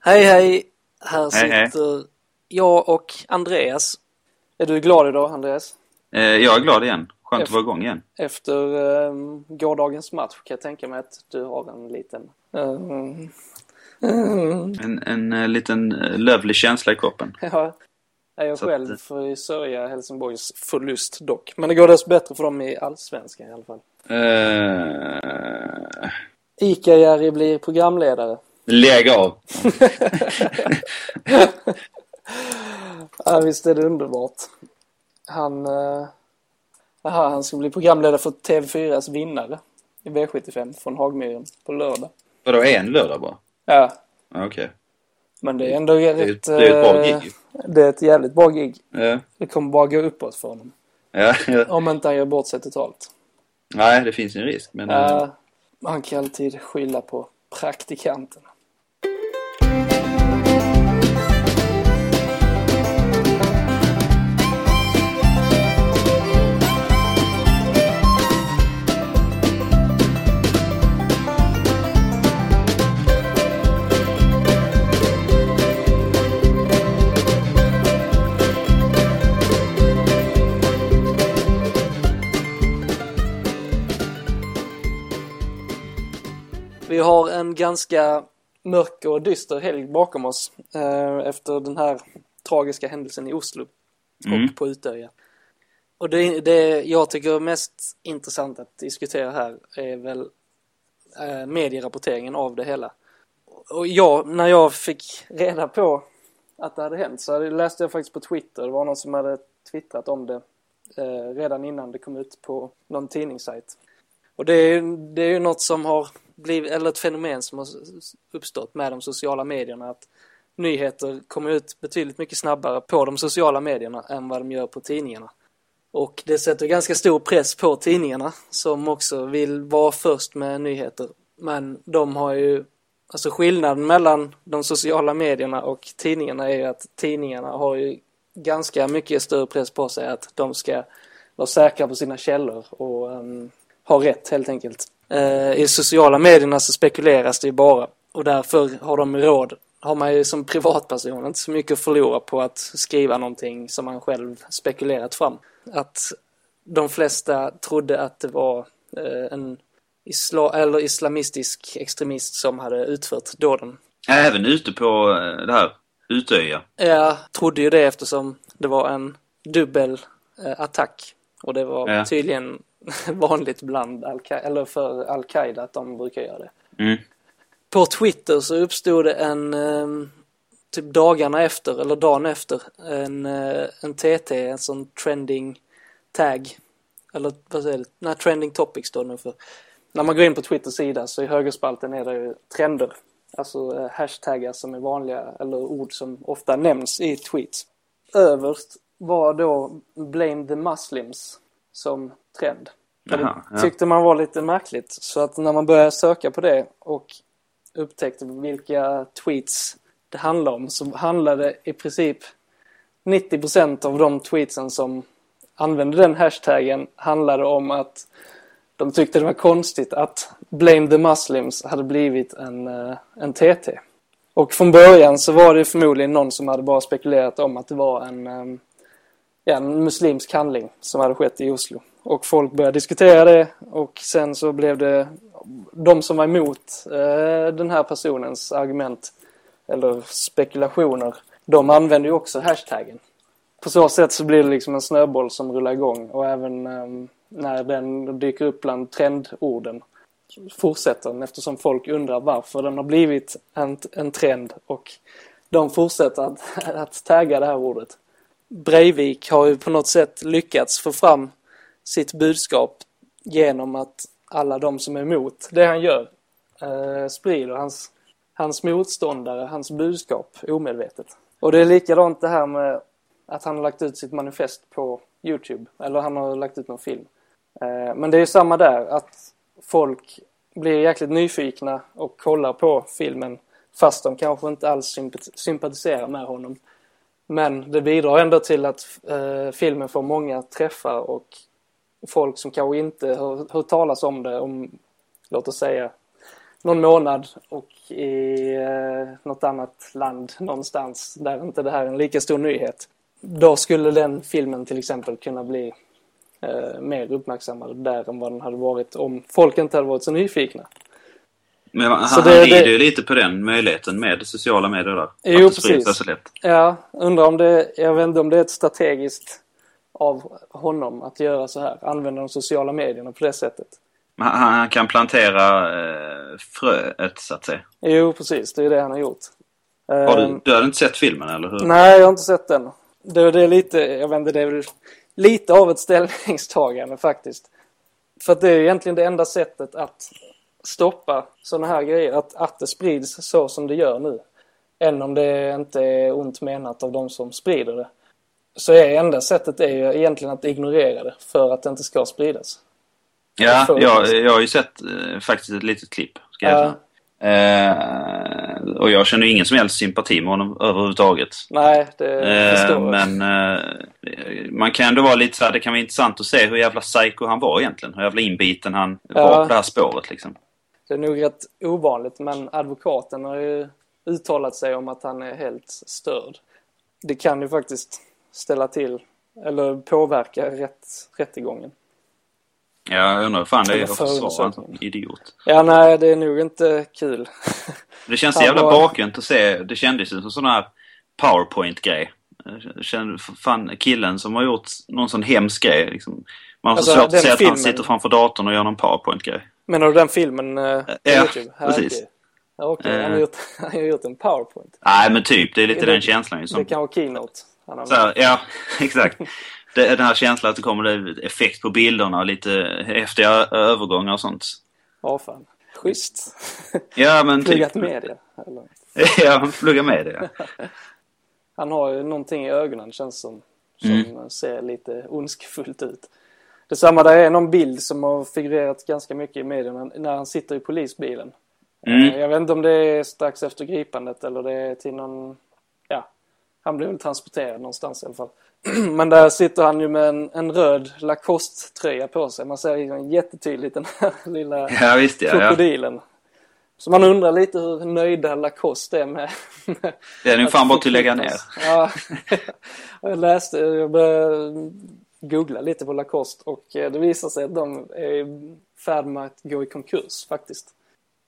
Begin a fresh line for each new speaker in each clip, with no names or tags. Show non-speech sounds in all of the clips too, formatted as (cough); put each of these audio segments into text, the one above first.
Hej hej! Här
Hej, hej.
sitter jag och Andreas. Är du glad idag Andreas?
Eh, jag är glad igen. Skönt
F.
att vara igång igen.
Efter ehm, gårdagens match kan jag tänka mig att du har en liten... ehm, (laughs)
En, en eh, liten eh, lövlig känsla i kroppen.
ja, jag
Så att-
själv får ju sörja Helsingborgs förlust dock. Men det går desto bättre för dem i Allsvenskan i alla fall.
Eh,
Ica-Jerry blir programledare.
lägg av!
Ja, visst är det underbart. Han... eh, aha, han ska bli programledare för TV4s vinnare i V75 från Hagmyren på lördag.
Vadå, en lördag bara?
Ja,
Ja, Okej.
men det är ändå
Det är ju-
rätt...
det är ju ett bra
eh,
gig.
Det är ett jävligt bra gig.
Ja,
Det kommer bara gå uppåt för honom.
ja, ja. (laughs)
Om inte han gör bort sig totalt.
Nej, det finns en risk. Men, eh,
Eh, han kan alltid skylla på praktikanten. Vi har en ganska mörk och dyster helg bakom oss eh, efter den här tragiska händelsen i Oslo
Mm.
och på Utöja. Och det, det jag tycker är mest intressant att diskutera här är väl eh, medierapporteringen av det hela. Och jag, när jag fick reda på att det hade hänt så hade, läste jag faktiskt på Twitter, det var någon som hade twittrat om det eh, redan innan det kom ut på någon tidningssajt. Och det är, ju- det är ju något som har blivit, eller ett fenomen som har s- s- uppstått med de sociala medierna. Att nyheter kommer ut betydligt mycket snabbare på de sociala medierna än vad de gör på tidningarna. Och det sätter ganska stor press på tidningarna som också vill vara först med nyheter. Men de har ju, alltså skillnaden mellan de sociala medierna och tidningarna är ju att tidningarna har ju ganska mycket större press på sig att de ska vara säkra på sina källor och ehm, ha rätt helt enkelt. Eh, I sociala medierna så spekuleras det ju bara och därför har de råd har man ju som privatperson inte så mycket att förlora på att skriva någonting som man själv spekulerat fram. Att de flesta trodde att det var eh, en isla eller islamistisk extremist som hade utfört dåden.
Även ute på eh, det här Utöja.
Jag trodde ju det eftersom det var en dubbel eh, attack. Och det var
Ja.
tydligen (laughs) vanligt bland Al-Qaida, eller för Al-Qaida att de brukar göra det.
Mm.
På Twitter så uppstod det en, eh, typ dagarna efter, eller dagen efter, en, eh, en TT, en sån trending tag. Eller vad säger det? Nej, trending topics står det nu för. När man går in på Twitters sida så i högerspalten är det ju trender. Alltså eh, hashtaggar som är vanliga, eller ord som ofta nämns i tweets. Överst var då Blame the Muslims som trend. För
Jaha,
det
ja.
tyckte man var lite märkligt. Så att när man började söka på det och upptäckte vilka tweets det handlade om så handlade i princip 90% av de tweetsen som använde den hashtaggen handlade om att de tyckte det var konstigt att Blame the Muslims hade blivit en, eh, en TT. Och från början så var det förmodligen någon som hade bara spekulerat om att det var en, eh, ja, en muslimsk handling som hade skett i Oslo. Och folk började diskutera det och sen så blev det de som var emot eh, den här personens argument eller spekulationer, de använder ju också hashtaggen. På så sätt så blir det liksom en snöboll som rullar igång och även eh, när den dyker upp bland trendorden fortsätter den eftersom folk undrar varför den har blivit en, en trend och de fortsätter att, (laughs) att tagga det här ordet. Breivik har ju på något sätt lyckats få fram sitt budskap genom att alla de som är emot det han gör eh, sprider hans, hans motståndare, hans budskap omedvetet. Och det är likadant det här med att han har lagt ut sitt manifest på Youtube, eller han har lagt ut någon film. Eh, men det är ju samma där, att folk blir jäkligt nyfikna och kollar på filmen fast de kanske inte alls sympati- sympatiserar med honom. Men det bidrar ändå till att eh, filmen får många träffar och folk som kanske inte har hört talas om det, om låt oss säga någon månad och i eh, något annat land någonstans där inte det här är en lika stor nyhet. Då skulle den filmen till exempel kunna bli eh, mer uppmärksammad där än vad den hade varit om folk inte hade varit så nyfikna.
Men han,
Så
han
det-
rider
det-
ju lite på den möjligheten med sociala medier där.
Jo,
att det sprider sig
precis.
så lätt.
Ja, undrar om det, jag vet inte om det är ett strategiskt av honom att göra så här, använda de sociala medierna på det sättet.
Men han, han kan plantera eh, fröet, så att säga.
Jo, precis, det är det han har gjort.
Har
Ehm,
du, du har inte sett filmen, eller hur?
Nej, jag har inte sett den. Det, det är lite, jag vet inte, det är väl lite av ett ställningstagande faktiskt. För att det är ju egentligen det enda sättet att stoppa sådana här grejer, att, att det sprids så som det gör nu. Än om det inte är ont menat av de som sprider det. Så är enda sättet är ju egentligen att ignorera det för att det inte ska spridas.
Ja,
Förut.
jag, jag har ju sett eh, faktiskt ett litet klipp, ska jag
Ja.
erkänna. Eh, och jag känner ju ingen som helst sympati med honom överhuvudtaget.
Nej, det förstår
Eh,
jag.
men eh, man kan ändå vara lite så här, det kan vara intressant att se hur jävla psycho han var egentligen. Hur jävla inbiten han var
Ja.
på det här spåret liksom.
Det är nog rätt ovanligt men advokaten har ju uttalat sig om att han är helt störd. Det kan ju faktiskt ställa till eller påverka rätt, rättegången.
Ja, jag undrar hur fan det är
Eller
att försvara en sån
förundersökningen.
idiot.
Ja, nej, det är nog inte kul. (laughs)
Det känns så
Han
jävla
var-
bakvänt att se. Det kändes ju som sån här powerpoint-grej. Jag känner- Fan, killen som har gjort någon sån hemsk grej liksom. Man har så
Alltså,
svårt
den
att se att
filmen-
han sitter framför datorn och gör någon powerpoint-grej.
Men har du den filmen eh, på
Ja,
Youtube?
precis.
okej. Ja, okej.
Eh.
Han, har gjort, (laughs) han har gjort en powerpoint.
Nej, men typ. Det är lite
Det-
den känslan ju.
Det
Som,
kan vara keynote. Han har...
så här, ja, (laughs) exakt. Det, är den här känslan att det kommer det effekt på bilderna och lite häftiga ö- övergångar och sånt.
Ja, fan. Schysst. (laughs)
Ja, men typ.
Pluggat media. Eller...
(laughs) Ja, plugga med det. ja.
Han har ju någonting i ögonen känns som. Som
Mm.
ser lite ondskefullt ut. Detsamma där är någon bild som har figurerat ganska mycket i medierna när han sitter i polisbilen. Eh,
Mm.
Jag vet inte om det är strax efter gripandet eller det är till någon... Ja, han blev väl transporterad någonstans i alla fall. (clears throat) Men där sitter han ju med en, en röd Lacoste-tröja på sig. Man ser liksom jättetydligt den här (laughs) lilla
ja, visst ja. ja.
krokodilen. Så man undrar lite hur nöjda Lacoste är med, (laughs) med
Det är nog
att
fan bara till att lägga ner.
förknippas. Ja. (laughs) Jag läste, jag började googla lite på Lacoste och eh, det visar sig att de är i färd med att gå i konkurs faktiskt.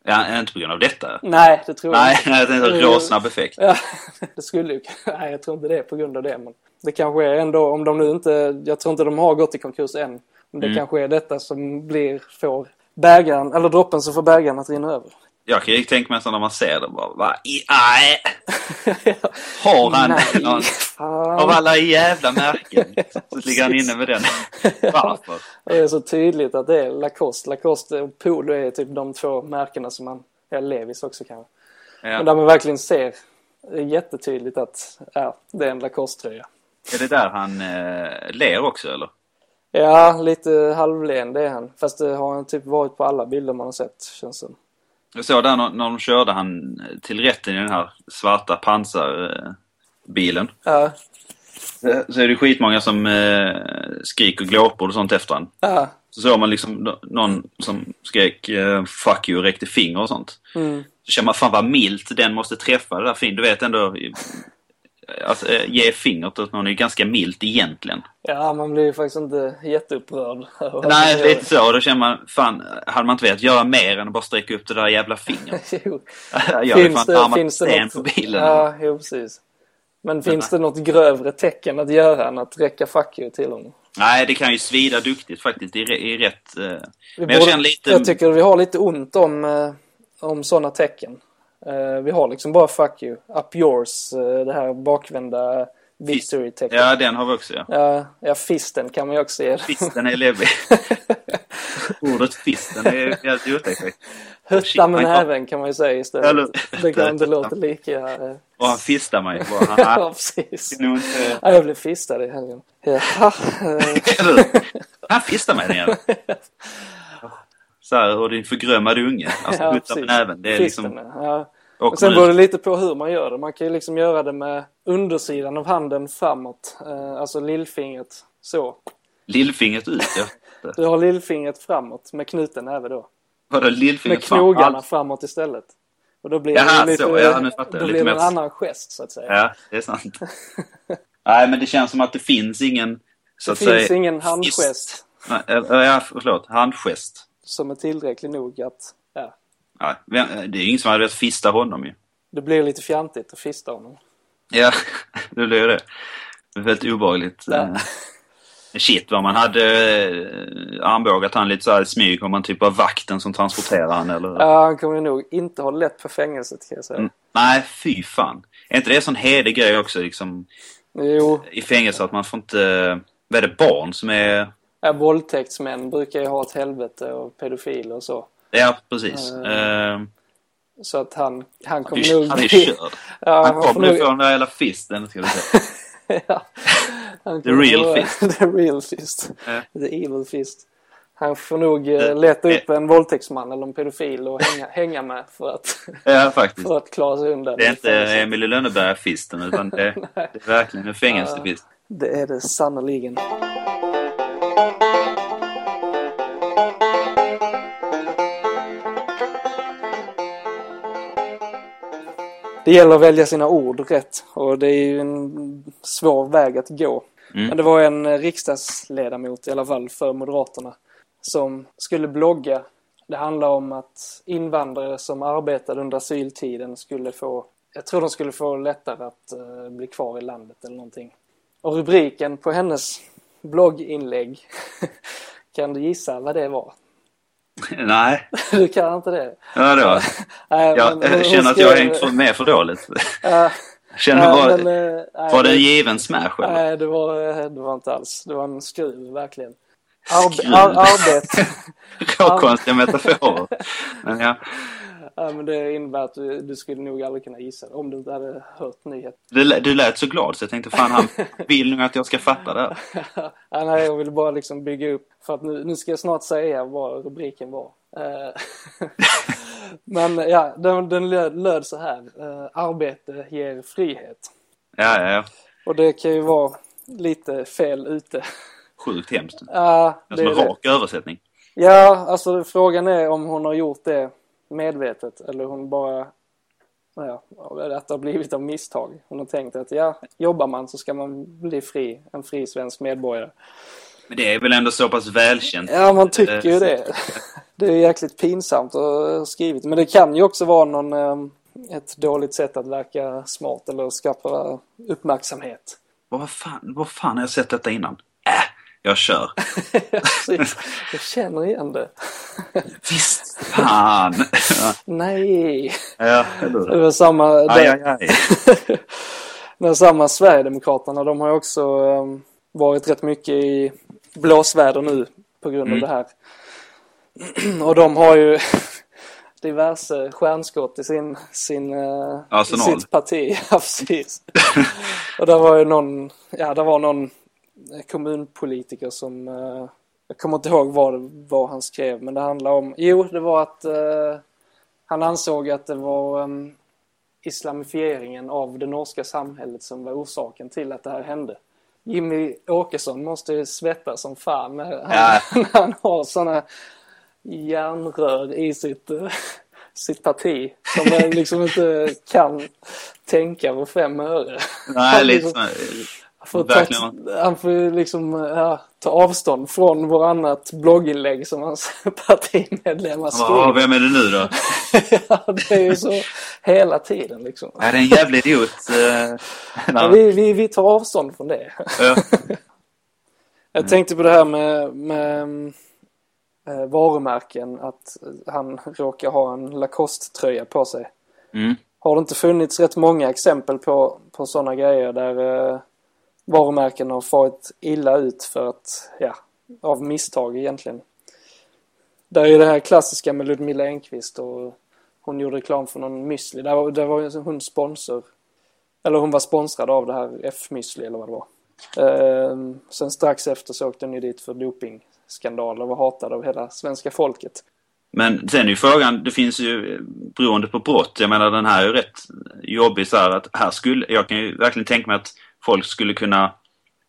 Ja, inte på grund av detta.
Nej, det tror jag
Nej,
inte.
jag tänkte
Mm.
råsnabb effekt.
Ja, (laughs) det skulle ju (laughs) Nej, jag tror inte det är på grund av det. Men det kanske är ändå, om de nu inte, jag tror inte de har gått i konkurs än. Men det
Mm.
kanske är detta som blir, får bägaren, eller droppen som får bägaren att rinna över.
Jag kan ju tänka mig så när man ser det bara, va? I, aj, har han
Nej,
någon,
fan.
av alla jävla märken så ligger han inne med den. Varför?
Och Det är så tydligt att det är Lacoste. Lacoste och Polo är typ de två märkena som man, ja Levis också kanske. Men
Ja.
där man verkligen ser eh, jättetydligt att ja, det är en Lacoste-tröja.
Är det där han eh, ler också eller?
Ja, lite halvlen det är han. Fast det har han typ varit på alla bilder man har sett känns som.
Jag såg där när, när de körde han eh, till rätten i den här svarta pansarbilen.
Ja,
Så är det skitmånga som eh, skriker glåpord och sånt efter han.
ja,
Så såg man liksom nå- någon som skrek eh, 'fuck you' och räckte finger och sånt.
mm,
Så känner man fan vad milt den måste träffa det där fingret. Du vet ändå eh, att eh, ge fingret åt någon är ju ganska milt egentligen.
ja, man blir ju faktiskt inte jätteupprörd. (laughs) över att
Nej,
han gör
lite så. Då känner man fan, hade man inte velat göra mer än att bara sträcka upp det där
(laughs)
jävla fingret.
det. Jo.
Jag hade fan armat
finns det
sten
något-
på bilen.
Ja, jo, precis. Men finns det något grövre tecken att göra än att räcka fuck you till honom?
Nej, det kan ju svida duktigt faktiskt i, re- i rätt... eh,
Vi
Men jag
borde-
känner lite...
jag tycker vi har lite ont om, eh, om sådana tecken. Eh, vi har liksom bara fuck you, up yours, eh, det här bakvända victory-tecknet.
Ja, den har vi också ja.
Ja, ja, fisten kan man ju också ge.
Fisten
(laughs)
är läbbig. Ordet fisten är
(laughs)
helt otäckt. faktiskt.
Hutta med
man kan-
näven kan man ju säga istället. (laughs)
Eller-
Det
(laughs)
kan inte låta lika... eh,
Och han fistar mig bara. Han,
(laughs) ja,
han,
precis.
är
(laughs)
nog inte-
Ja, jag blev fistad i helgen. (laughs) Jaha. eh,
Eller hur? Han fistar mig igen. Så här, och din förgrömmade unge. Alltså,
Ja,
putta
precis.
med näven. Det är
Fisten,
liksom...
ja.
Och
Och sen beror det lite på hur man gör det. Man kan ju liksom göra det med undersidan av handen framåt. Eh, alltså lillfingret så.
lillfingret ut. Ja. Mm,
Du har lillfingret framåt med knuten näve då.
Vadå lillfingret
Med
fram?
knogarna
Allt-
framåt istället. Och då blir
Jaha,
det lite,
så. Ja, nu fattar jag.
då
Lite
blir det en
mer-
annan gest så att säga.
Ja, det
(laughs)
är sant. Nej, men det känns som att det finns ingen... Så
det
att
finns
säga,
ingen handgest
Nej, eller- Ja, förlåt. Handgest.
som är tillräcklig nog att ja,
Nej, vem- det är ju ingen som hade velat fista honom ju.
det blir lite fjantigt att fista honom.
(laughs) Ja, det blir ju det. Det är Väldigt obehagligt.
Ja.
Eh, Shit vad man hade eh, armbågat han lite så här i smyg om man typ var vakten som transporterade han eller...
Ja, han kommer nog inte ha lätt på fängelset kan jag säga.
Mm. Nej, fy fan. Är inte det en sån hedig grej också liksom
Jo,
i fängelse att man får inte... Vad är det, barn som är...
ja, våldtäktsmän brukar ju ha ett helvete och pedofiler och så.
Ja, precis.
Mm.
Eh,
Så att han, han
han är
kommer
ju-
nog
han är ju
bli...
körd.
(laughs) Ja, han
Han
får
kommer
nog...
nog få den där jävla fisten, ska du säga. (laughs)
(laughs) ja. Han
The
kommer
real
nog- (laughs)
fist.
The real fist.
Ja.
The evil fist. Han får nog
Det-
eh, leta
det-
upp en våldtäktsman eller en pedofil och hänga, hänga med för att, (laughs)
Ja, faktiskt.
för att klara sig undan.
Det är inte
fängelset.
Emil i Lönneberga-fisten, utan
(laughs)
det, det är verkligen en fängelsefist.
Det är det sannerligen. Det gäller att välja sina ord rätt och det är ju en svår väg att gå.
Mm.
Men det var en eh, riksdagsledamot i alla fall för Moderaterna som skulle blogga. Det handlar om att invandrare som arbetade under asyltiden skulle få, jag tror de skulle få lättare att eh, bli kvar i landet eller någonting. Och rubriken på hennes blogginlägg, (laughs) kan du gissa vad det var? (laughs)
(laughs) Nej,
Du kan inte det? (laughs)
vadå?
Nej,
Jag
men hon
eh, känner att jag har
skrev-
hängt för- med för dåligt.
(laughs) Ja,
Känner
ja,
bara,
men, eh, nej,
var det
det-
en given smash eller?
Nej, det var, eh, det var inte alls. Det var en skruv, verkligen. Arbe
Skruv.
ar
(laughs)
arbete.
Så konstiga metaforer. Men ja,
ja, men det innebär att du, du skulle nog aldrig kunna gissa det, om du inte hade hört nyheten.
du, lä- du lät så glad så jag tänkte fan han vill nog att jag ska fatta det här.
(laughs) ja, nej, jag ville bara liksom bygga upp, för att nu, nu ska jag snart säga vad rubriken var. Eh, (laughs) men eh, ja, den, den löd, löd så här. eh, arbete ger frihet.
Ja, ja, ja.
Och det kan ju vara lite fel ute. (laughs)
Sjukt hemskt.
Ja,
Det
det
är
är
som en
det.
rak översättning.
Ja, alltså frågan är om hon har gjort det medvetet eller hon bara... Ja, att det har blivit av misstag. Hon har tänkt att ja, jobbar man så ska man bli fri, en fri svensk medborgare.
Men det är väl ändå så pass välkänt.
Ja, man tycker ju det. (laughs) Det är jäkligt pinsamt att ha skrivit. Men det kan ju också vara någon, eh, ett dåligt sätt att verka smart eller skapa uppmärksamhet. (laughs)
Vad fan, vad fan har jag sett detta innan? Äh, jag kör.
Precis. Jag känner igen det.
Visst, fan! Ja,
(laughs) Nej,
ja, eller hur?
det var samma
Aj,
där.
aj, aj.
Men samma Sverigedemokraterna, de har ju också ehm, varit rätt mycket i blåsväder nu på grund
Mm.
av det här. (clears throat) Och de har ju (laughs) diverse stjärnskott i sin, sin, eh, i
Arsenal.
sitt parti. (laughs) Ja,
(laughs)
precis. Och där var ju någon, ja, där var någon kommunpolitiker som, eh, jag kommer inte ihåg vad, det- vad han skrev, men det handlar om, jo, det var att eh, han ansåg att det var ehm, islamifieringen av det norska samhället som var orsaken till att det här hände. Jimmy Åkesson måste ju svettas som fan när han,
Ja.
när (laughs) han har sådana järnrör i sitt, eh, sitt parti som man liksom inte kan tänka på fem öre.
Nej,
Han
lite
liksom-
så.
han får
verkligen.
ta, han får ju liksom ja, ta avstånd från varannat blogginlägg som hans (laughs) partimedlemmar
Ja,
skriver.
vem är det nu då?
(laughs) Ja, det är ju så hela tiden liksom.
Är det är en jävla idiot? eh,
Ja,
nej,
vi, vi, vi tar avstånd från det.
ja.
Jag tänkte på det här med, med eh, varumärken, att han råkar ha en Lacoste-tröja på sig.
Mm.
Har det inte funnits rätt många exempel på, på sådana grejer där eh, varumärken har farit illa ut för att, ja, av misstag egentligen. Där är det här klassiska med Ludmilla Engquist och hon gjorde reklam för någon müsli. Där, var- där var ju hon sponsor. Eller hon var sponsrad av det här F-müsli eller vad det var. Ehm, sen strax efter så åkte hon ju dit för dopingskandaler och var hatad av hela svenska folket.
Men sen är ju frågan, det finns ju eh, beroende på brott. Jag menar den här är ju rätt jobbig så här att här skulle, jag kan ju verkligen tänka mig att folk skulle kunna,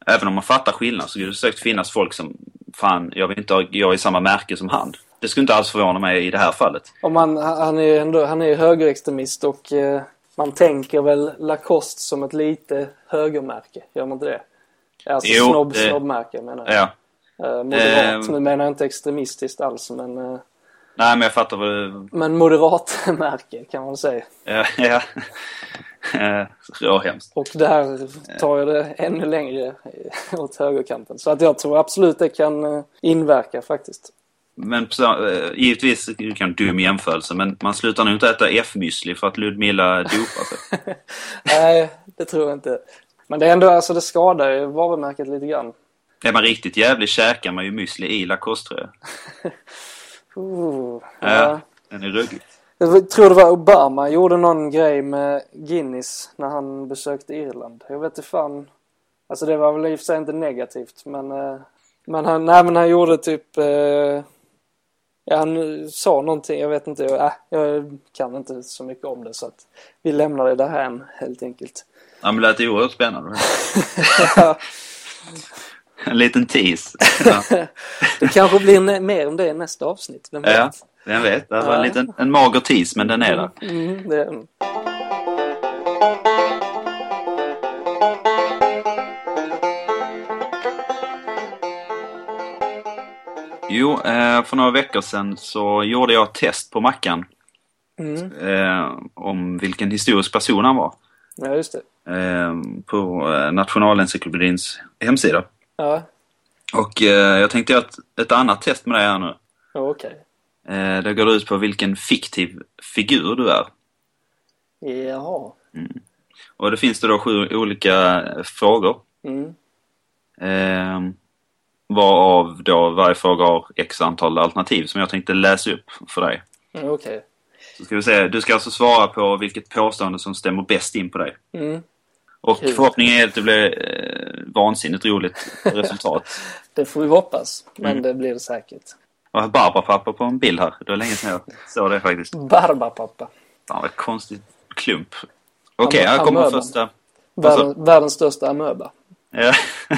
även om man fattar skillnad, så skulle det säkert finnas folk som, fan jag vill inte ha, jag är i samma märke som han. Det skulle inte alls förvåna mig i det här fallet.
Om man, han är ju ändå, han är ju högerextremist och eh, man tänker väl Lacoste som ett lite högermärke, gör man inte det? Alltså
Jo,
snobb,
det-
snobbmärke menar jag.
Ja.
Eh, moderat,
Ehm.
nu menar jag inte extremistiskt alls men, eh,
Nej, men jag fattar vad du...
men (laughs) moderatmärke kan man säga.
Ja. ja. Eh, ja, hemskt.
Och där tar jag det ännu längre (laughs) åt högerkanten. Så att jag tror absolut det kan eh, inverka faktiskt.
Men på sam- eh, givetvis är det en dum jämförelse, men man slutar nog inte äta F-müsli för att Ludmilla dopar sig.
Nej, det tror jag inte. Men det är ändå, alltså det skadar ju varumärket lite grann.
Är man riktigt jävlig käkar man ju müsli i Lacoste, tror jag.
Ooh,
Ja, den är ruggig.
Jag tror det var Obama gjorde någon grej med Guinness när han besökte Irland. Jag vet inte fan. Alltså det var väl i och för sig inte negativt men... eh, Men han, nej, men han gjorde typ... eh, Ja, han sa någonting, jag vet inte. Jag, äh, jag kan inte så mycket om det så att vi lämnar det därhän helt enkelt.
Ja, men det lät ju
(laughs)
oerhört spännande.
Ja,
En liten tease. Ja,
det kanske blir ne- mer om det i nästa avsnitt, vem
ja
vet?
vem vet. Det var en,
Ja.
liten, en mager tease, men den är där.
Mm, det,
Jo, eh, för några veckor sedan så gjorde jag ett test på Mackan
mm,
eh, om vilken historisk person han var
ja, just det.
eh, på eh, Nationalencyklopedins hemsida.
Ja,
Och eh, jag tänkte göra ett, ett annat test med dig här nu.
ja, okej.
Eh, det går ut på vilken fiktiv figur du är.
Jaha.
Och det finns det då sju olika eh, frågor.
Mm,
Eh, varav då varje fråga har x antal alternativ som jag tänkte läsa upp för dig.
ja, okej.
Så ska vi se, du ska alltså svara på vilket påstående som stämmer bäst in på dig.
Mm.
Och
Kul.
förhoppningen är att det blir eh, vansinnigt roligt resultat.
(laughs) Det får vi hoppas, men
Mm.
det blir det säkert.
Jag har Barbapappa på en bild här. Det var länge sedan jag såg det faktiskt.
Barbapapa.
Fan vad konstig klump. Okej,
Han-
här
han
kommer
mör dem.
första.
Världen,
Alltså-
Världens största amöba.
Ja. (laughs)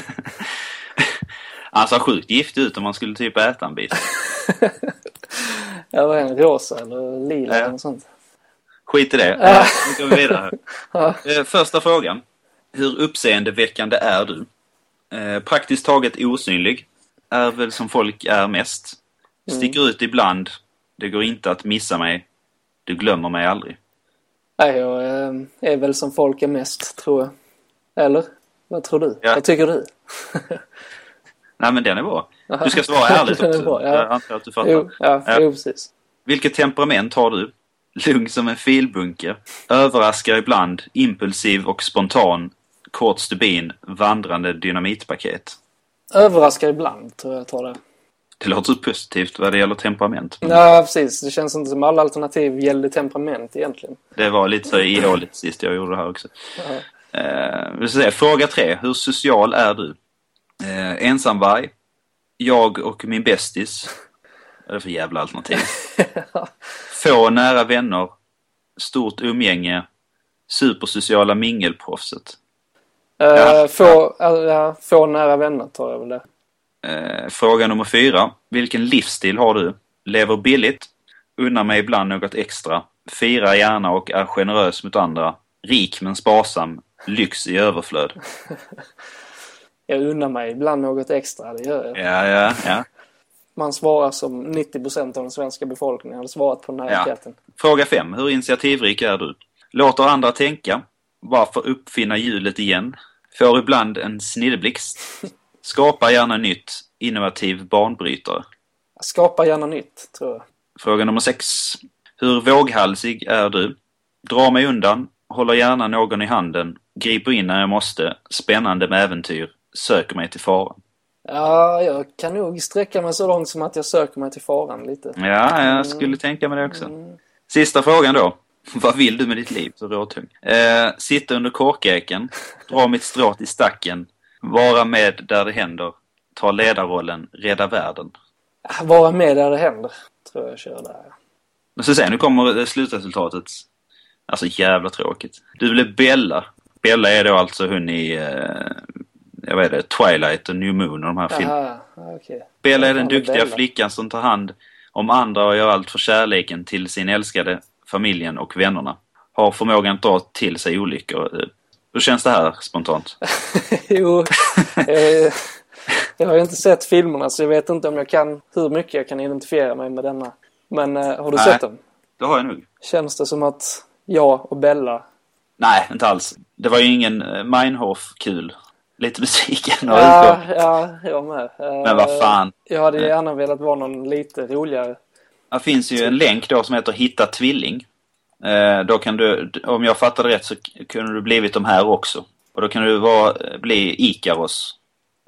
Han såg sjukt giftig ut om man skulle typ äta en bit.
Ja, vad är den? Rosa eller lila
Ja.
eller något sånt?
Skit i det. Eh, Nu går vi vidare. Eh, Första frågan. Hur uppseendeväckande är du? Eh, Praktiskt taget osynlig. Är väl som folk är mest.
Mm.
Sticker ut ibland. Det går inte att missa mig. Du glömmer mig aldrig.
Nej, jag eh, är väl som folk är mest, tror jag. Eller? Vad tror du?
Ja.
Vad tycker du?
Nej men den är bra. Du ska svara
(laughs)
ärligt
Den är
också.
bra, ja.
Jag antar att du fattar.
Jo, ja,
Ja.
jo, precis.
Vilket temperament har du? Lugn som en filbunke. Överraskar ibland. Impulsiv och spontan. Kort stubin. Vandrande dynamitpaket.
Överraskar ibland, tror jag jag tar det.
Det låter positivt vad det gäller temperament. men
Ja, precis. Det känns inte som alla alternativ gällde temperament egentligen.
Det var lite så ihåligt sist jag gjorde det här också. Eh, vi ska se, fråga tre. Hur social är du? Eh, ensamvarg. Jag och min bästis. Vad är det för jävla alternativ? Få nära vänner. Stort umgänge. Supersociala mingelproffset.
Eh,
Ja.
få, ja, ja, få nära vänner tar jag väl det.
Eh, fråga nummer fyra. Vilken livsstil har du? Lever billigt? Unnar mig ibland något extra? Firar gärna och är generös mot andra? Rik men sparsam? Lyx i överflöd?
Jag unnar mig ibland något extra, det gör jag.
Ja, ja, ja.
Man svarar som 90% av den svenska befolkningen hade svarat på den här
Ja.
enkäten.
Fråga 5. Hur initiativrik är du? Låter andra tänka? Varför uppfinna hjulet igen? Får ibland en snilleblixt? Skapar gärna nytt, innovativ banbrytare.
Skapa gärna nytt, tror jag.
Fråga nummer 6. Hur våghalsig är du? Drar mig undan, håller gärna någon i handen, griper in när jag måste, spännande med äventyr, söker mig till faran.
Ja, jag kan nog sträcka mig så långt som att jag söker mig till faran lite.
Ja, jag skulle tänka mig det också. Sista frågan då. (laughs) Vad vill du med ditt liv? Så råtung. Eh, sitta under korkäken, dra mitt strå till stacken, vara med där det händer, ta ledarrollen, rädda världen.
Ja, Vara med där det händer, tror jag kör där.
Men så sen, nu kommer eh, slutresultatet. Alltså jävla tråkigt. Du blev Bella. Bella är då alltså hon i, eh, jag vet inte, Twilight och New Moon och de här filmerna.
Aha, ja, okej.
Bella är
Vad
den
fan är
duktiga
Bella?
flickan som tar hand om andra och gör allt för kärleken till sin älskade, familjen och vännerna. Har förmågan att dra till sig olyckor. Eh, Hur känns det här spontant?
(laughs)
(laughs)
jo, eh, jag har ju inte sett filmerna så jag vet inte om jag kan, hur mycket jag kan identifiera mig med denna. Men eh, har du
Nej.
sett dem?
Det har jag nog.
Känns det som att jag och Bella...
Nej, inte alls. Det var ju ingen eh, Meinhof-kul. Lite besviken och
Ja,
utgång.
ja, jag med. Eh,
Men vad fan.
Jag hade gärna velat vara någon lite roligare.
Det finns ju en länk då som heter Hitta Tvilling. Eh, då kan du, om jag fattade rätt så k- kunde du blivit de här också. Och då kan du vara, eh, bli Ikaros.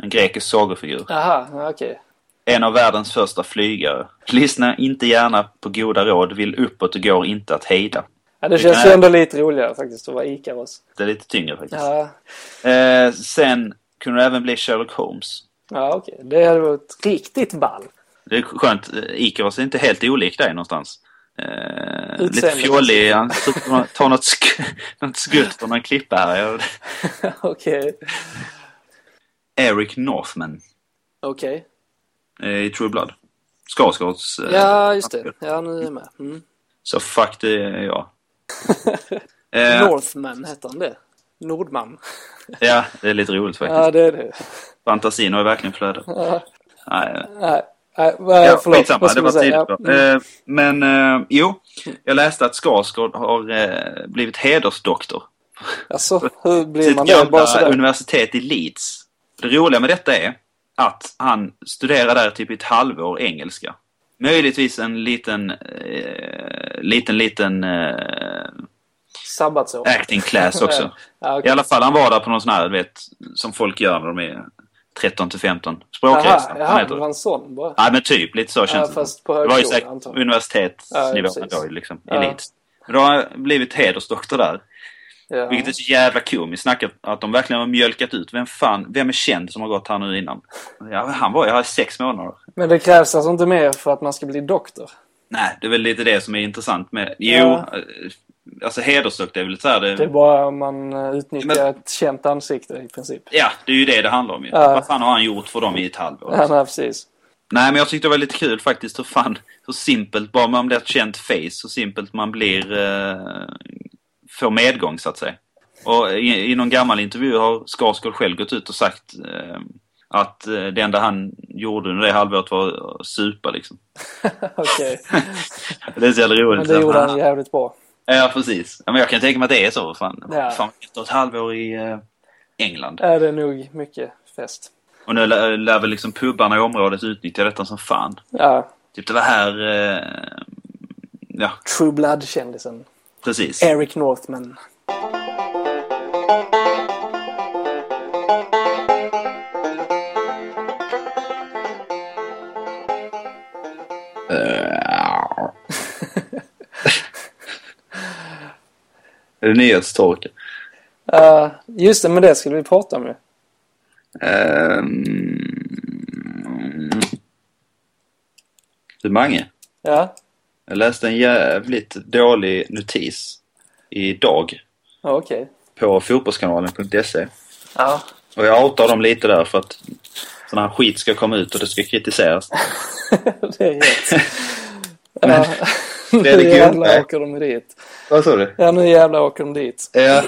En grekisk sagofigur.
Aha, ja, okej.
En av världens första flygare. Lyssna inte gärna på goda råd, vill uppåt och går inte att hejda.
Ja, det
Det
känns
kan-
ju ändå lite roligare faktiskt att vara Ikaros.
Det är lite tyngre faktiskt.
Ja,
Eh, sen kunde du även bli Sherlock Holmes.
ja okej. Det hade varit riktigt ball. (laughs)
Det är skönt. eh, Ikaros är inte helt olik dig någonstans. Eh, lite
Utseendet.
fjollig. Han tar- tar något, sk något skutt från någon klippa här. Jag-
okej.
Eric Northman
Okej.
eh, i True Blood. Skarsgårds... eh,
Ja, just det. Ja, nu är jag med. Mm.
Så fuck det är jag.
(laughs)
Eh,
Northman heter han det. Nordman.
ja, det är lite roligt faktiskt.
Ja, det är det.
Fantasin har ju verkligen flödat.
Ja.
Nej, eh,
Nej, nej, vad-
ja,
förlåt.
skitsamma,
Vad
det
skulle
var
jag säga?
tidigt.
Ja,
då.
mm.
Eh, men eh, jo, jag läste att Skarsgård har eh, blivit hedersdoktor.
Alltså, hur blir
sitt
man det? Bara
gamla
sådär?
universitet i Leeds. Det roliga med detta är att han studerar där typ i ett halvår engelska. Möjligtvis en liten, eh, liten, liten eh,
Sabbatsår?
acting class också.
(laughs) Ja,
I
okej.
alla fall han var där på någon sån här, du vet, som folk gör när de är 13 till 15. Språkresa,
Jaha,
vad
jaha,
heter
det
det?
var en sån bara.
Ja, men typ lite så
Ja,
känns det.
fast på
Det var ju
högskolan
säkert
antar jag. Ja,
universitetsnivå
precis.
då, liksom,
Ja.
elit. Men då har han blivit hedersdoktor där.
Ja.
Vilket är så jävla komiskt. Snacka att de verkligen har mjölkat ut. Vem fan, vem är känd som har gått här nu innan? Ja, han var ju här i sex månader.
Men det krävs alltså inte mer för att man ska bli doktor?
Nej, det är väl lite det som är intressant med... Jo,
Ja.
eh, alltså hedersdoktor är väl så här, det,
Det är bara om man eh, utnyttjar
Men-
ett känt ansikte i princip.
Ja, det är ju det det handlar om ju.
Ja.
Vad fan har han gjort för dem i ett halvår?
Ja, nej, precis. (laughs)
Nej, men jag tyckte det var lite kul faktiskt hur fan, hur simpelt, bara man blir ett känt face, hur simpelt man blir, eh, får medgång så att säga. Och i, i någon gammal intervju har Skarsgård själv gått ut och sagt eh, att eh, det enda han gjorde under det halvåret var att supa liksom.
Okej.
Det är så jävla roligt.
Men det gjorde han
ja.
jävligt bra.
ja, precis. Ja, men jag kan tänka mig att det är så. Fan,
Ja.
fan ett och ett halvår i eh, England.
Är det nog mycket fest.
Och nu lär, lär väl liksom pubarna i området utnyttja detta som fan.
Ja,
Typ det var här, eh, ja,
True Blood-kändisen.
precis.
Eric Northman.
Är det nyhetstorka?
Eh, just det, men det skulle vi prata om ju.
Ehm, Du Mange,
Ja,
jag läste en jävligt dålig notis idag
ja, okej.
på fotbollskanalen.se.
Ja. (laughs)
Och jag outar dem lite där för att sån här skit ska komma ut och det ska kritiseras.
det är rätt. Ja. (laughs) Nu
Fredrik
jävlar
Ljungberg.
åker de dit.
Vad sa du?
Ja, nu jävlar åker de dit.
Ja,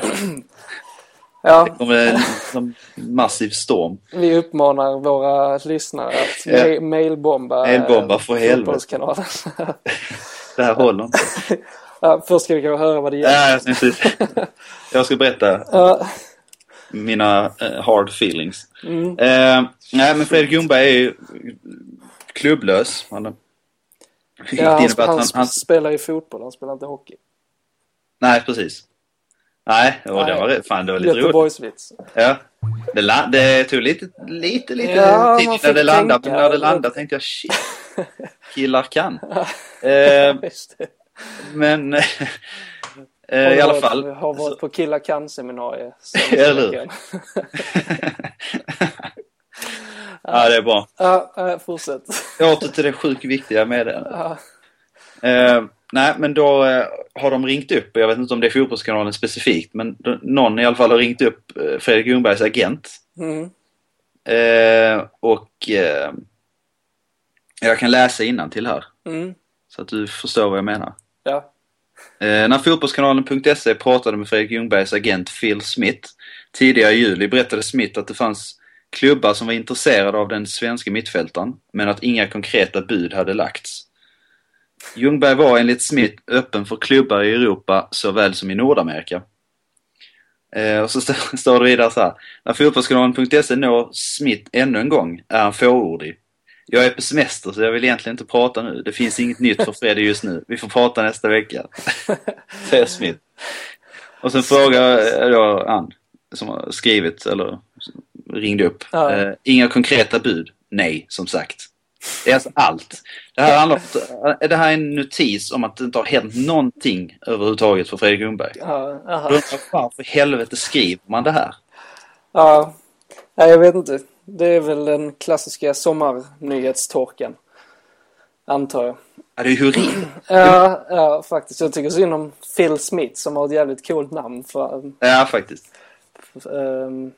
Ja,
det kommer en som massiv storm.
Vi uppmanar våra lyssnare att
Ja.
ma- mailbomba eh,
Mailbomba för helvete.
fotbollskanalen. (laughs)
Det här håller inte.
ja, först ska vi kanske höra vad det gäller.
Ja, precis. Jag ska berätta
Ja,
mina eh, hard feelings.
Mm.
Eh, nej, men Fredrik Ljungberg är ju klubblös. Han, vilket
ja, han,
innebär att
han,
han, han,
spelar ju fotboll, han spelar inte hockey.
nej, precis. Nej, och det
Nej.
var, rätt- fan, det var lite roligt.
Göteborgsvits.
Ja. Det, la- det tog lite, lite, lite
Ja,
tid
man
när
fick
det landade.
tänka.
Men när det landade tänkte
(laughs)
jag shit, killar kan. eh,
Just det.
men (laughs) eh, i alla fall.
Jag har varit på Killa Kan-seminariet.
(laughs) Eller hur? ja, det är bra.
Ja, ja,
(laughs)
fortsätt.
Åter till det sjukt viktiga med det.
Ja,
Eh, nej, men då eh, har de ringt upp, och jag vet inte om det är Fotbollskanalen specifikt, men då, någon i alla fall har ringt upp eh, Fredrik Ljungbergs agent.
mm.
Eh, och eh, jag kan läsa innan till här.
Mm.
Så att du förstår vad jag menar.
Ja.
Eh, när fotbollskanalen.se E pratade med Fredrik Ljungbergs agent Phil Smith tidigare i juli berättade Smith att det fanns klubbar som var intresserade av den svenska mittfältaren, men att inga konkreta bud hade lagts. Ljungberg var enligt Smith öppen för klubbar i Europa såväl som i Nordamerika. Eh, och så st- (laughs) står det vidare så här. När fotbollskanalen.se E når Smith ännu en gång är han fåordig. Jag är på semester så jag vill egentligen inte prata nu. Det finns inget nytt för Freddy just nu. Vi får prata nästa vecka. Säger Smith. Och sen frågar eh, då Ann som har skrivit eller som ringde upp.
Ja.
Eh, inga konkreta bud. Nej, som sagt. Det är alltså allt. Det här, handlar om, eh, det här är en notis om att det inte har hänt någonting överhuvudtaget för Fredrik Ljungberg.
Ja, aha.
Då undrar jag, Varför i helvete skriver man det här?
ja. Nej, jag vet inte. Det är väl den klassiska sommarnyhetstorken. Antar jag.
Ja, det är ju horribelt.
Ja, ja, faktiskt. Jag tycker synd om Phil Smith som har ett jävligt coolt namn. För,
Ja, faktiskt.
ehm,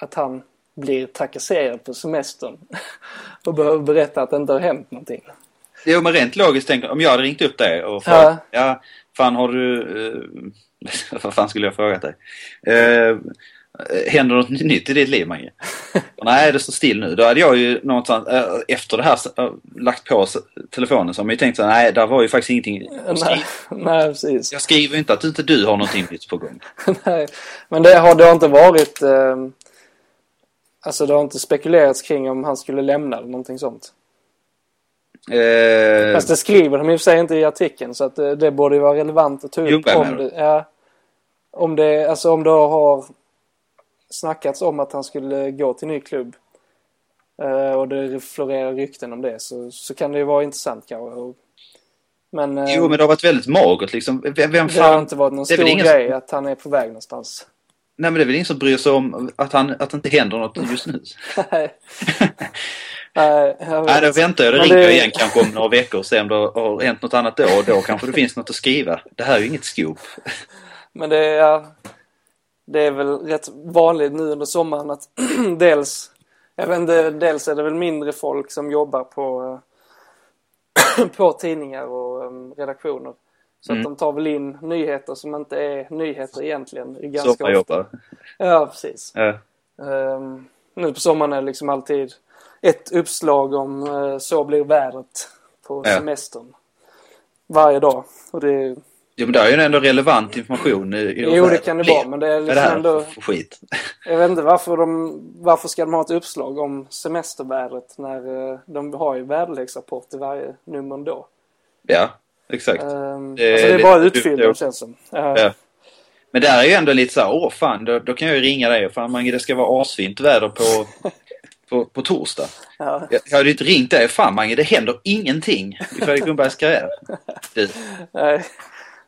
att han blir trakasserad på semestern. (laughs) Och behöver berätta att det inte har hänt någonting.
Jo, men rent logiskt tänker om jag hade ringt upp dig och
Ja.
frågat, ja. fan har du, eh, (laughs) vad fan skulle jag frågat dig? Eh, händer något nytt i ditt liv,
(laughs)
Mange? Nej, det står still nu. Då hade jag ju någonstans, eh, efter det här, eh, lagt på s- telefonen så har man ju tänkt så här, nej, där var ju faktiskt ingenting. att skriva.
Nej, (laughs) nej precis.
Jag skriver ju inte att inte du har någonting nytt på gång.
(laughs) Nej, men det har, det har inte varit... Eh, alltså det har inte spekulerats kring om han skulle lämna eller någonting sånt.
Eh,
Fast det skriver de i och för sig inte i artikeln så att eh, det, det borde ju vara relevant att ta upp.
Ljungberg
om
menar du?
det, ja, om det, alltså om det har snackats om att han skulle gå till ny klubb eh, och det florerar rykten om det så, så kan det ju vara intressant kanske. Och- Men, eh,
jo, men det har varit väldigt magert liksom. Vem, vem
det har
fan
inte varit någon
det är väl
stor
ingen som-
grej att han är på väg
(laughs)
någonstans. (laughs)
Nej men det är väl ingen som bryr sig om att, han, att det inte händer något just nu.
Nej, Nej, jag vet
Nej, då väntar jag. Då
Men
ringer
det-
jag igen kanske om några veckor och ser om det har hänt något annat då. Och då kanske det finns något att skriva. Det här är ju inget scoop.
Men det är, det är väl rätt vanligt nu under sommaren att (clears throat) dels, jag vet inte, dels är det väl mindre folk som jobbar på, eh, (clears throat) på tidningar och em, redaktioner. Så
Mm.
att de tar väl in nyheter som inte är nyheter egentligen. i Ganska ofta.
Sommarjobbar.
Ja, precis.
Ja.
Em, nu på sommaren är det liksom alltid ett uppslag om eh, så blir vädret på
Ja.
semestern. Varje dag. Och det är,
Jo men det är ju ändå relevant information. i- i-
jo, det kan det vara, men det är
Vad är
liksom
det här
ändå...
för skit? (laughs)
Jag vet inte varför de, varför ska de ha ett uppslag om semestervädret när eh, de har ju väderleksrapport i varje nummer ändå.
Ja, exakt.
Ehm,
Det-
alltså det
det-
är bara
det-
utfyllnad
det-
känns som. Eh,
Ja. Men där är ju ändå lite så här, åh fan, då, då kan jag ju ringa dig. Fan Mange, det ska vara asfint väder på,
(laughs)
på, på torsdag.
ja.
Jag, jag hade ju inte ringt dig. Fan Mange, det händer ingenting i Fredrik
(laughs)
Lundbergs karriär. Du,
Nej.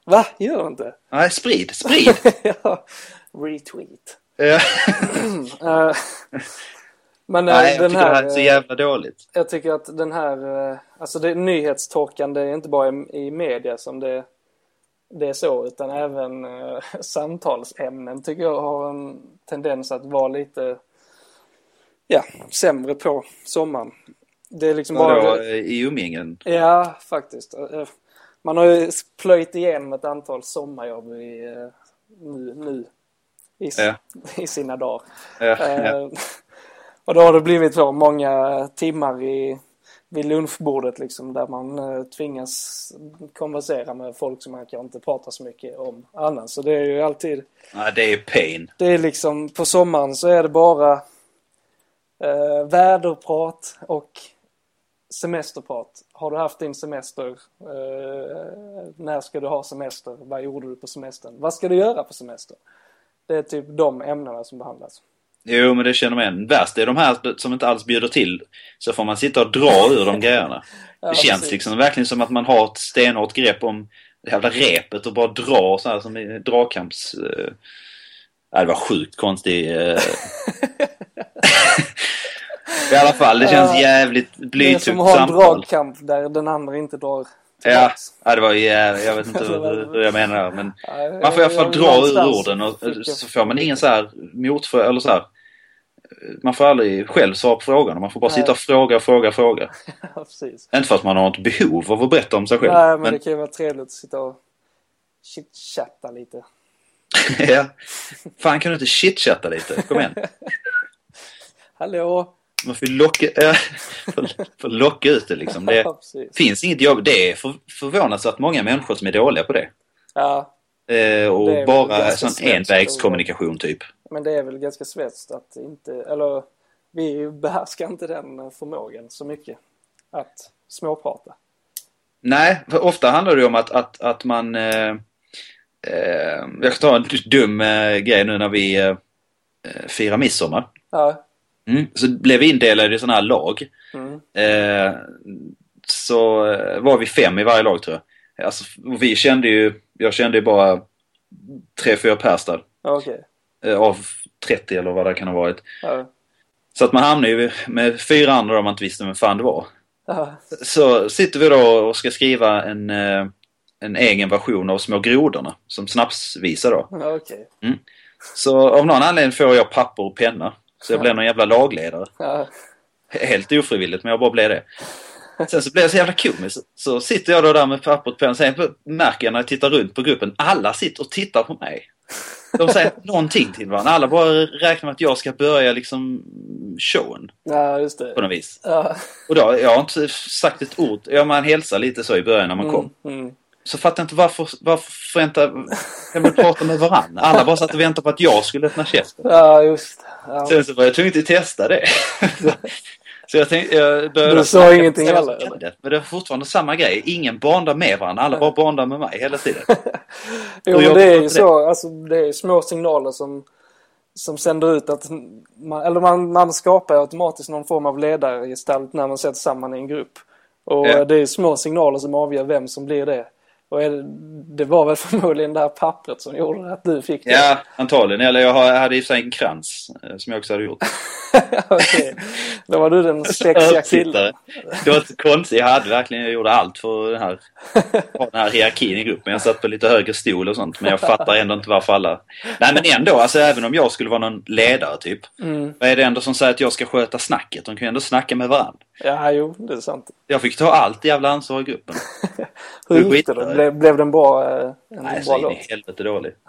Va? Gör det inte? (laughs)
nej, sprid, sprid!
ja. Retweet.
Eh,
Eh, (laughs) men eh,
(laughs) nej, jag
den
tycker det här
här,
är så
eh,
jävla dåligt.
jag tycker att den här, eh, alltså det nyhetstorkan, det är inte bara i, i media som det, det är så, utan även eh, (laughs) samtalsämnen tycker jag har en tendens att vara lite, ja, sämre på sommaren. Det är liksom
Vadå,
bara,
eh, i umgängen?
ja faktiskt. Eh, Man har ju plöjt igenom ett antal sommarjobb i, eh, nu, nu i, s-
Ja.
(laughs) i sina dagar.
Ja, ja.
Eh, (laughs) och då har det blivit så många timmar i, vid lunchbordet liksom där man eh, tvingas konversera med folk som man kan inte prata så mycket om annars. Så det är ju alltid,
Nej, det är pain.
det är liksom på sommaren så är det bara eh, väderprat och semesterprat. Har du haft din semester? Eh, när ska du ha semester? Vad gjorde du på semestern? Vad ska du göra på semestern? Det är typ de ämnena som behandlas.
Jo, men det känner man igen. Värst är de här som inte alls bjuder till. Så får man sitta
(laughs)
och dra ur de grejerna.
Ja,
Det känns
precis.
liksom verkligen som att man har ett stenhårt grepp om det jävla repet och bara drar så här som i dragkamps... eh, Ja, det var sjukt konstig...
(laughs)
eh. I alla fall, det känns
Ja.
jävligt
Det är som
blytungt
att ha en
samtal.
dragkamp där den andra inte drar
Ja,
tillbaks.
ja, det var jävligt...
(laughs)
Jag vet inte hur, hur jag menar men...
Ja.
Man får i alla fall dra ur orden och
Eh, fick jag-
så får man ingen så här motfråga eller så här. man får aldrig själv svara på frågorna. Man får bara
Nej.
sitta och fråga, fråga, fråga.
(laughs) Ja, precis.
Inte för att man har ett behov av att berätta om sig själv.
Nej, men, det kan ju vara trevligt att sitta och chitchatta lite.
(laughs) ja. Fan, kan du inte chitchatta lite? Kom igen.
Hallå!
Man får ju locka, (laughs) ja, får, får locka ut det liksom. Det
Ja, precis.
finns inget jobb. Det är för, förvånansvärt många människor som är dåliga på det.
Ja,
Eh, och
Det är väl
bara
ganska
sån
svenskt,
envägskommunikation typ.
men det är väl ganska svenskt att inte, eller vi behärskar inte den förmågan så mycket. Att småprata.
Nej, för ofta handlar det ju om att, att, att man... Eh, eh, jag ska ta en dum eh, grej nu när vi eh, eh, firar midsommar.
Ja.
Mm. Så blev vi indelade i sådana här lag.
Mm.
Eh, så eh, var vi fem i varje lag tror jag. Alltså, och vi kände ju, jag kände ju bara tre, fyra pers där.
Okej.
Eh, av 30 eller vad det kan ha varit.
Ja.
Så att man hamnade ju med fyra andra om man inte visste vem fan det var.
Ja.
Så sitter vi då och ska skriva en, eh, en egen version av Små grodorna, som snapsvisa då.
Okej.
Så av någon anledning får jag papper och penna. Så jag blev någon jävla lagledare.
Ja.
Helt ofrivilligt, men jag bara blev det. Sen så blev jag så jävla komisk. Så sitter jag då där med pappret och pennan. Sen märker jag när jag tittar runt på gruppen, alla sitter och tittar på mig. De säger någonting till varandra. Alla bara räknar med att jag ska börja liksom showen
ja, just
på
det.
något vis.
Ja.
Och då, jag har inte sagt ett ord. Ja, man hälsar lite så i början när man kom.
Mm. Mm.
Så fattar jag inte varför, varför förvänta, kan man prata med varann? Alla bara satt och väntade på att jag skulle öppna käften.
Ja, just det. ja.
Sen så var jag tvungen att testa det. (laughs) Så jag tänkte, jag började...
Du sa ingenting heller, eller?
Men det var fortfarande samma grej. Ingen bandar med varandra. Alla bara bandar med mig
(laughs)
hela tiden.
Jo,
Och jag
men det är ju
det.
så. Alltså, det är ju små signaler som, som sänder ut att man, eller man, man skapar ju automatiskt någon form av ledargestalt när man sätts samman i en grupp. Och
Ja.
det är ju små signaler som avgör vem som blir det. Och är det, det var väl (laughs) förmodligen det här pappret som gjorde att du fick det.
Ja, antagligen. Eller jag har- jag hade i och för sig en krans eh, som jag också hade gjort.
(laughs) Okej. Då var du
(laughs)
den sexiga killen.
Det var inte konstigt. Jag hade verkligen, jag gjorde allt för
(laughs)
den här, ha den här hierarkin i gruppen. Jag satt på lite högre stol och sånt. Men jag fattar ändå inte varför alla... Nej men ändå, alltså även om jag skulle vara någon ledare typ.
Mm.
Vad är det ändå som säger att jag ska sköta snacket? De kan ju ändå snacka med varandra.
Ja, jo, det är sant.
Jag fick ta allt jävla ansvar i gruppen.
Hur
Du
gick det
skiter
då?
i-
Blev, blev den bra? eh, En
Nej,
bra
så in
låt?
i helvete dålig. (laughs)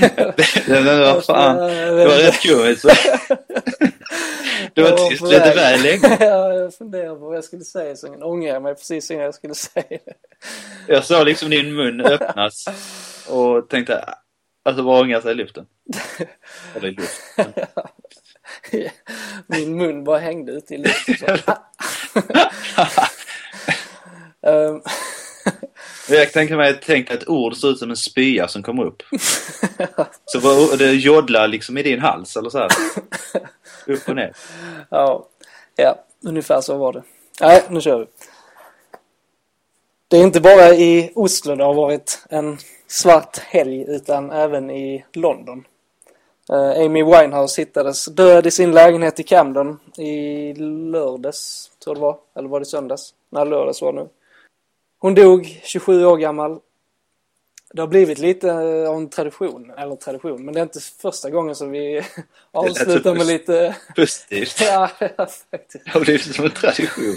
det, det, var fan. det var rätt kul. Så. Det
Jag
var
var
tyst
på
lite
väg.
väl länge.
(laughs) Ja, jag funderar på vad jag skulle säga, sen ångrar jag mig precis innan jag skulle (laughs) säga det.
Jag såg liksom din mun öppnas och tänkte alltså bara ånga sig i luften. Eller i luften.
(laughs) Min mun bara hängde ute i luften. så. (laughs) Ehm,
Jag tänker mig tänk att ett ord ser ut som en spya som
(laughs)
kommer upp. Så var, det joddlar liksom i din hals eller så här. Upp och ner.
ja, ja, ungefär så var det. Nej, nu kör vi. Det är inte bara i Oslo det har varit en svart helg utan även i London. Eh, Amy Winehouse hittades död i sin lägenhet i Camden i lördags, tror jag det var. Eller var det söndags? Nej, lördags var det nu. Hon dog 27 år gammal. Det har blivit lite eh, av en tradition, eller tradition, men det är inte första gången som vi (laughs) avslutar med
typiskt.
lite... (laughs)
Positivt.
ja, faktiskt.
Det har blivit som en tradition.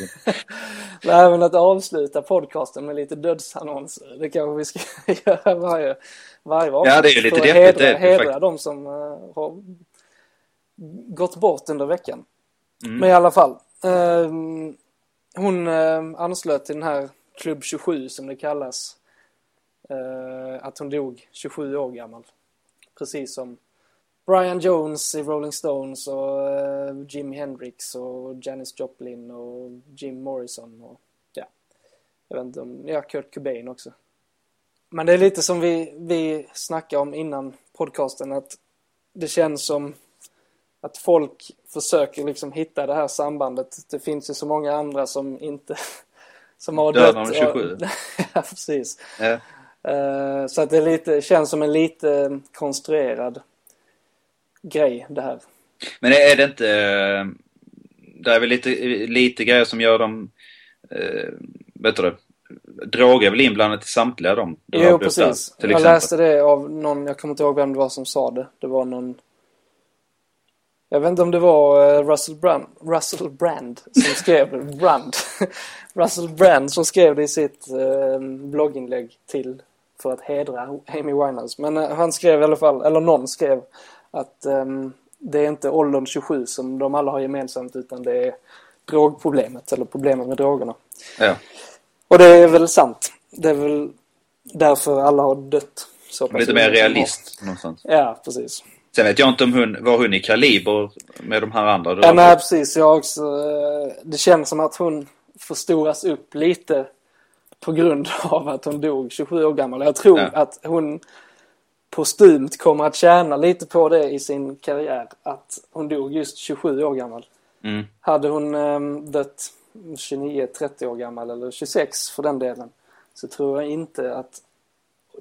Nej, men att avsluta podcasten med lite dödsannonser, det kanske vi ska (laughs) göra varje, varje avsnitt.
Ja, det är ju lite
För att
deppigt,
hedra,
det är det ju
hedra
faktiskt.
de som eh, har gått bort under veckan.
Mm.
Men i alla fall. eh, hon eh, anslöt till den här Klubb 27 som det kallas. eh, att hon dog 27 år gammal. Precis som Brian Jones i Rolling Stones och eh, Jimi Hendrix och Janis Joplin och Jim Morrison och ja, jag vet inte om, ja, Kurt Cobain också. Men det är lite som vi, vi snackade om innan podcasten att det känns som att folk försöker liksom hitta det här sambandet. Det finns ju så många andra som inte (laughs) som har
Dör
dött.
när de är
och-
27.
(laughs) ja, precis.
Ja.
Eh, Så att det är lite, känns som en lite konstruerad grej det här.
Men är det inte... eh, Det är väl lite, lite grejer som gör dem eh, vet du det, droger är väl inblandat i samtliga de du
Jo,
rabblade upp där,
precis.
till
jag
exempel.
läste det av någon, jag kommer inte ihåg vem det var som sa det. Det var någon... Jag vet inte om det var eh, Russell Brand, Russell Brand som skrev
(laughs)
det. Brand. Russell Brand som skrev det i sitt eh, blogginlägg till för att hedra Amy Winehouse. Men eh, han skrev i alla fall, eller någon skrev att ehm, det är inte åldern 27 som de alla har gemensamt utan det är drogproblemet eller problemet med drogerna.
Ja.
Och det är väl sant. Det är väl därför alla har dött. Så pass
Lite
unga
mer
som
realist någonstans.
de var. Ja, precis.
Sen vet jag inte om hon, var hon i kaliber med de här andra du
Ja,
rabblade
nej,
upp.
precis. Jag har också, eh, det känns som att hon förstoras upp lite på grund (laughs) av att hon dog 27 år gammal. Jag tror
Ja.
att hon postumt kommer att tjäna lite på det i sin karriär. Att hon dog just 27 år gammal.
Mm.
Hade hon um, dött 29, 30 år gammal eller 26 för den delen så tror jag inte att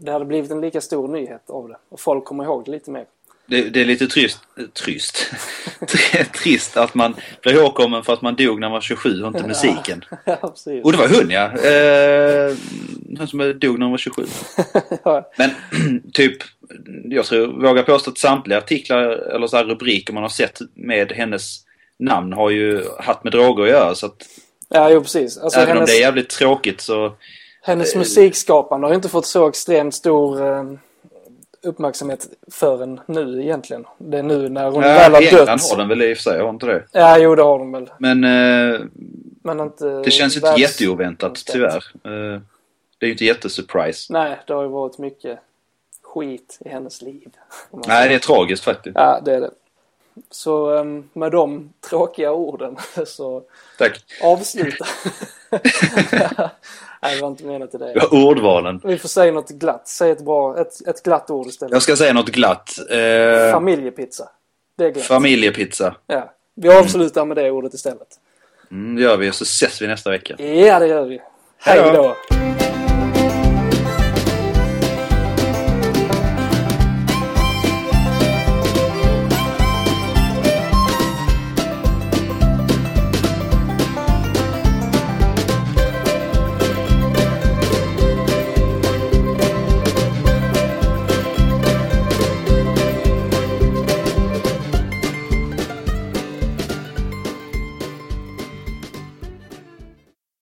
det hade blivit en lika stor nyhet av det. Och folk kommer ihåg det lite mer. (laughs)
Det, det är lite trist, trist. (laughs) trist att man blir ihågkommen för att man dog när man var 27 och inte musiken.
ja, precis.
Och det var hon ja! Eh, hon som dog när hon var 27.
Ja,
Men (clears throat) typ, jag tror, vågar påstå att samtliga artiklar eller så här rubriker man har sett med hennes namn har ju haft med droger att göra så att
ja, jo, precis. Alltså,
även
hennes,
om det är jävligt tråkigt så...
hennes
Eh,
musikskapande har ju inte fått så extremt stor eh, uppmärksamhet förrän nu egentligen. Det är nu när hon väl
Ja, i
har
England
dött.
har den väl i och för sig, har inte det?
Ja, jo, det har de väl.
Men eh,
Men inte
det känns ju inte
världs-
jätteoväntat tyvärr. Eh, det är ju inte jättesurprise.
Nej, det har ju varit mycket skit i hennes liv. om man säger.
Nej, det är tragiskt faktiskt.
Ja, det är det. Så ehm, med de tråkiga orden (laughs) så
Tack.
avsluta.
(laughs)
Nej, det var inte menat till dig.
Ja, Ordvalen.
Vi får säga något glatt. Säg ett, bra, ett, ett glatt ord istället.
Jag ska säga något glatt. Eh,
Familjepizza. Det är glatt.
familjepizza.
ja. Vi avslutar med det ordet istället.
Mm, det gör vi, så ses vi nästa vecka.
Ja, det gör vi. Hej
Hej då.
då.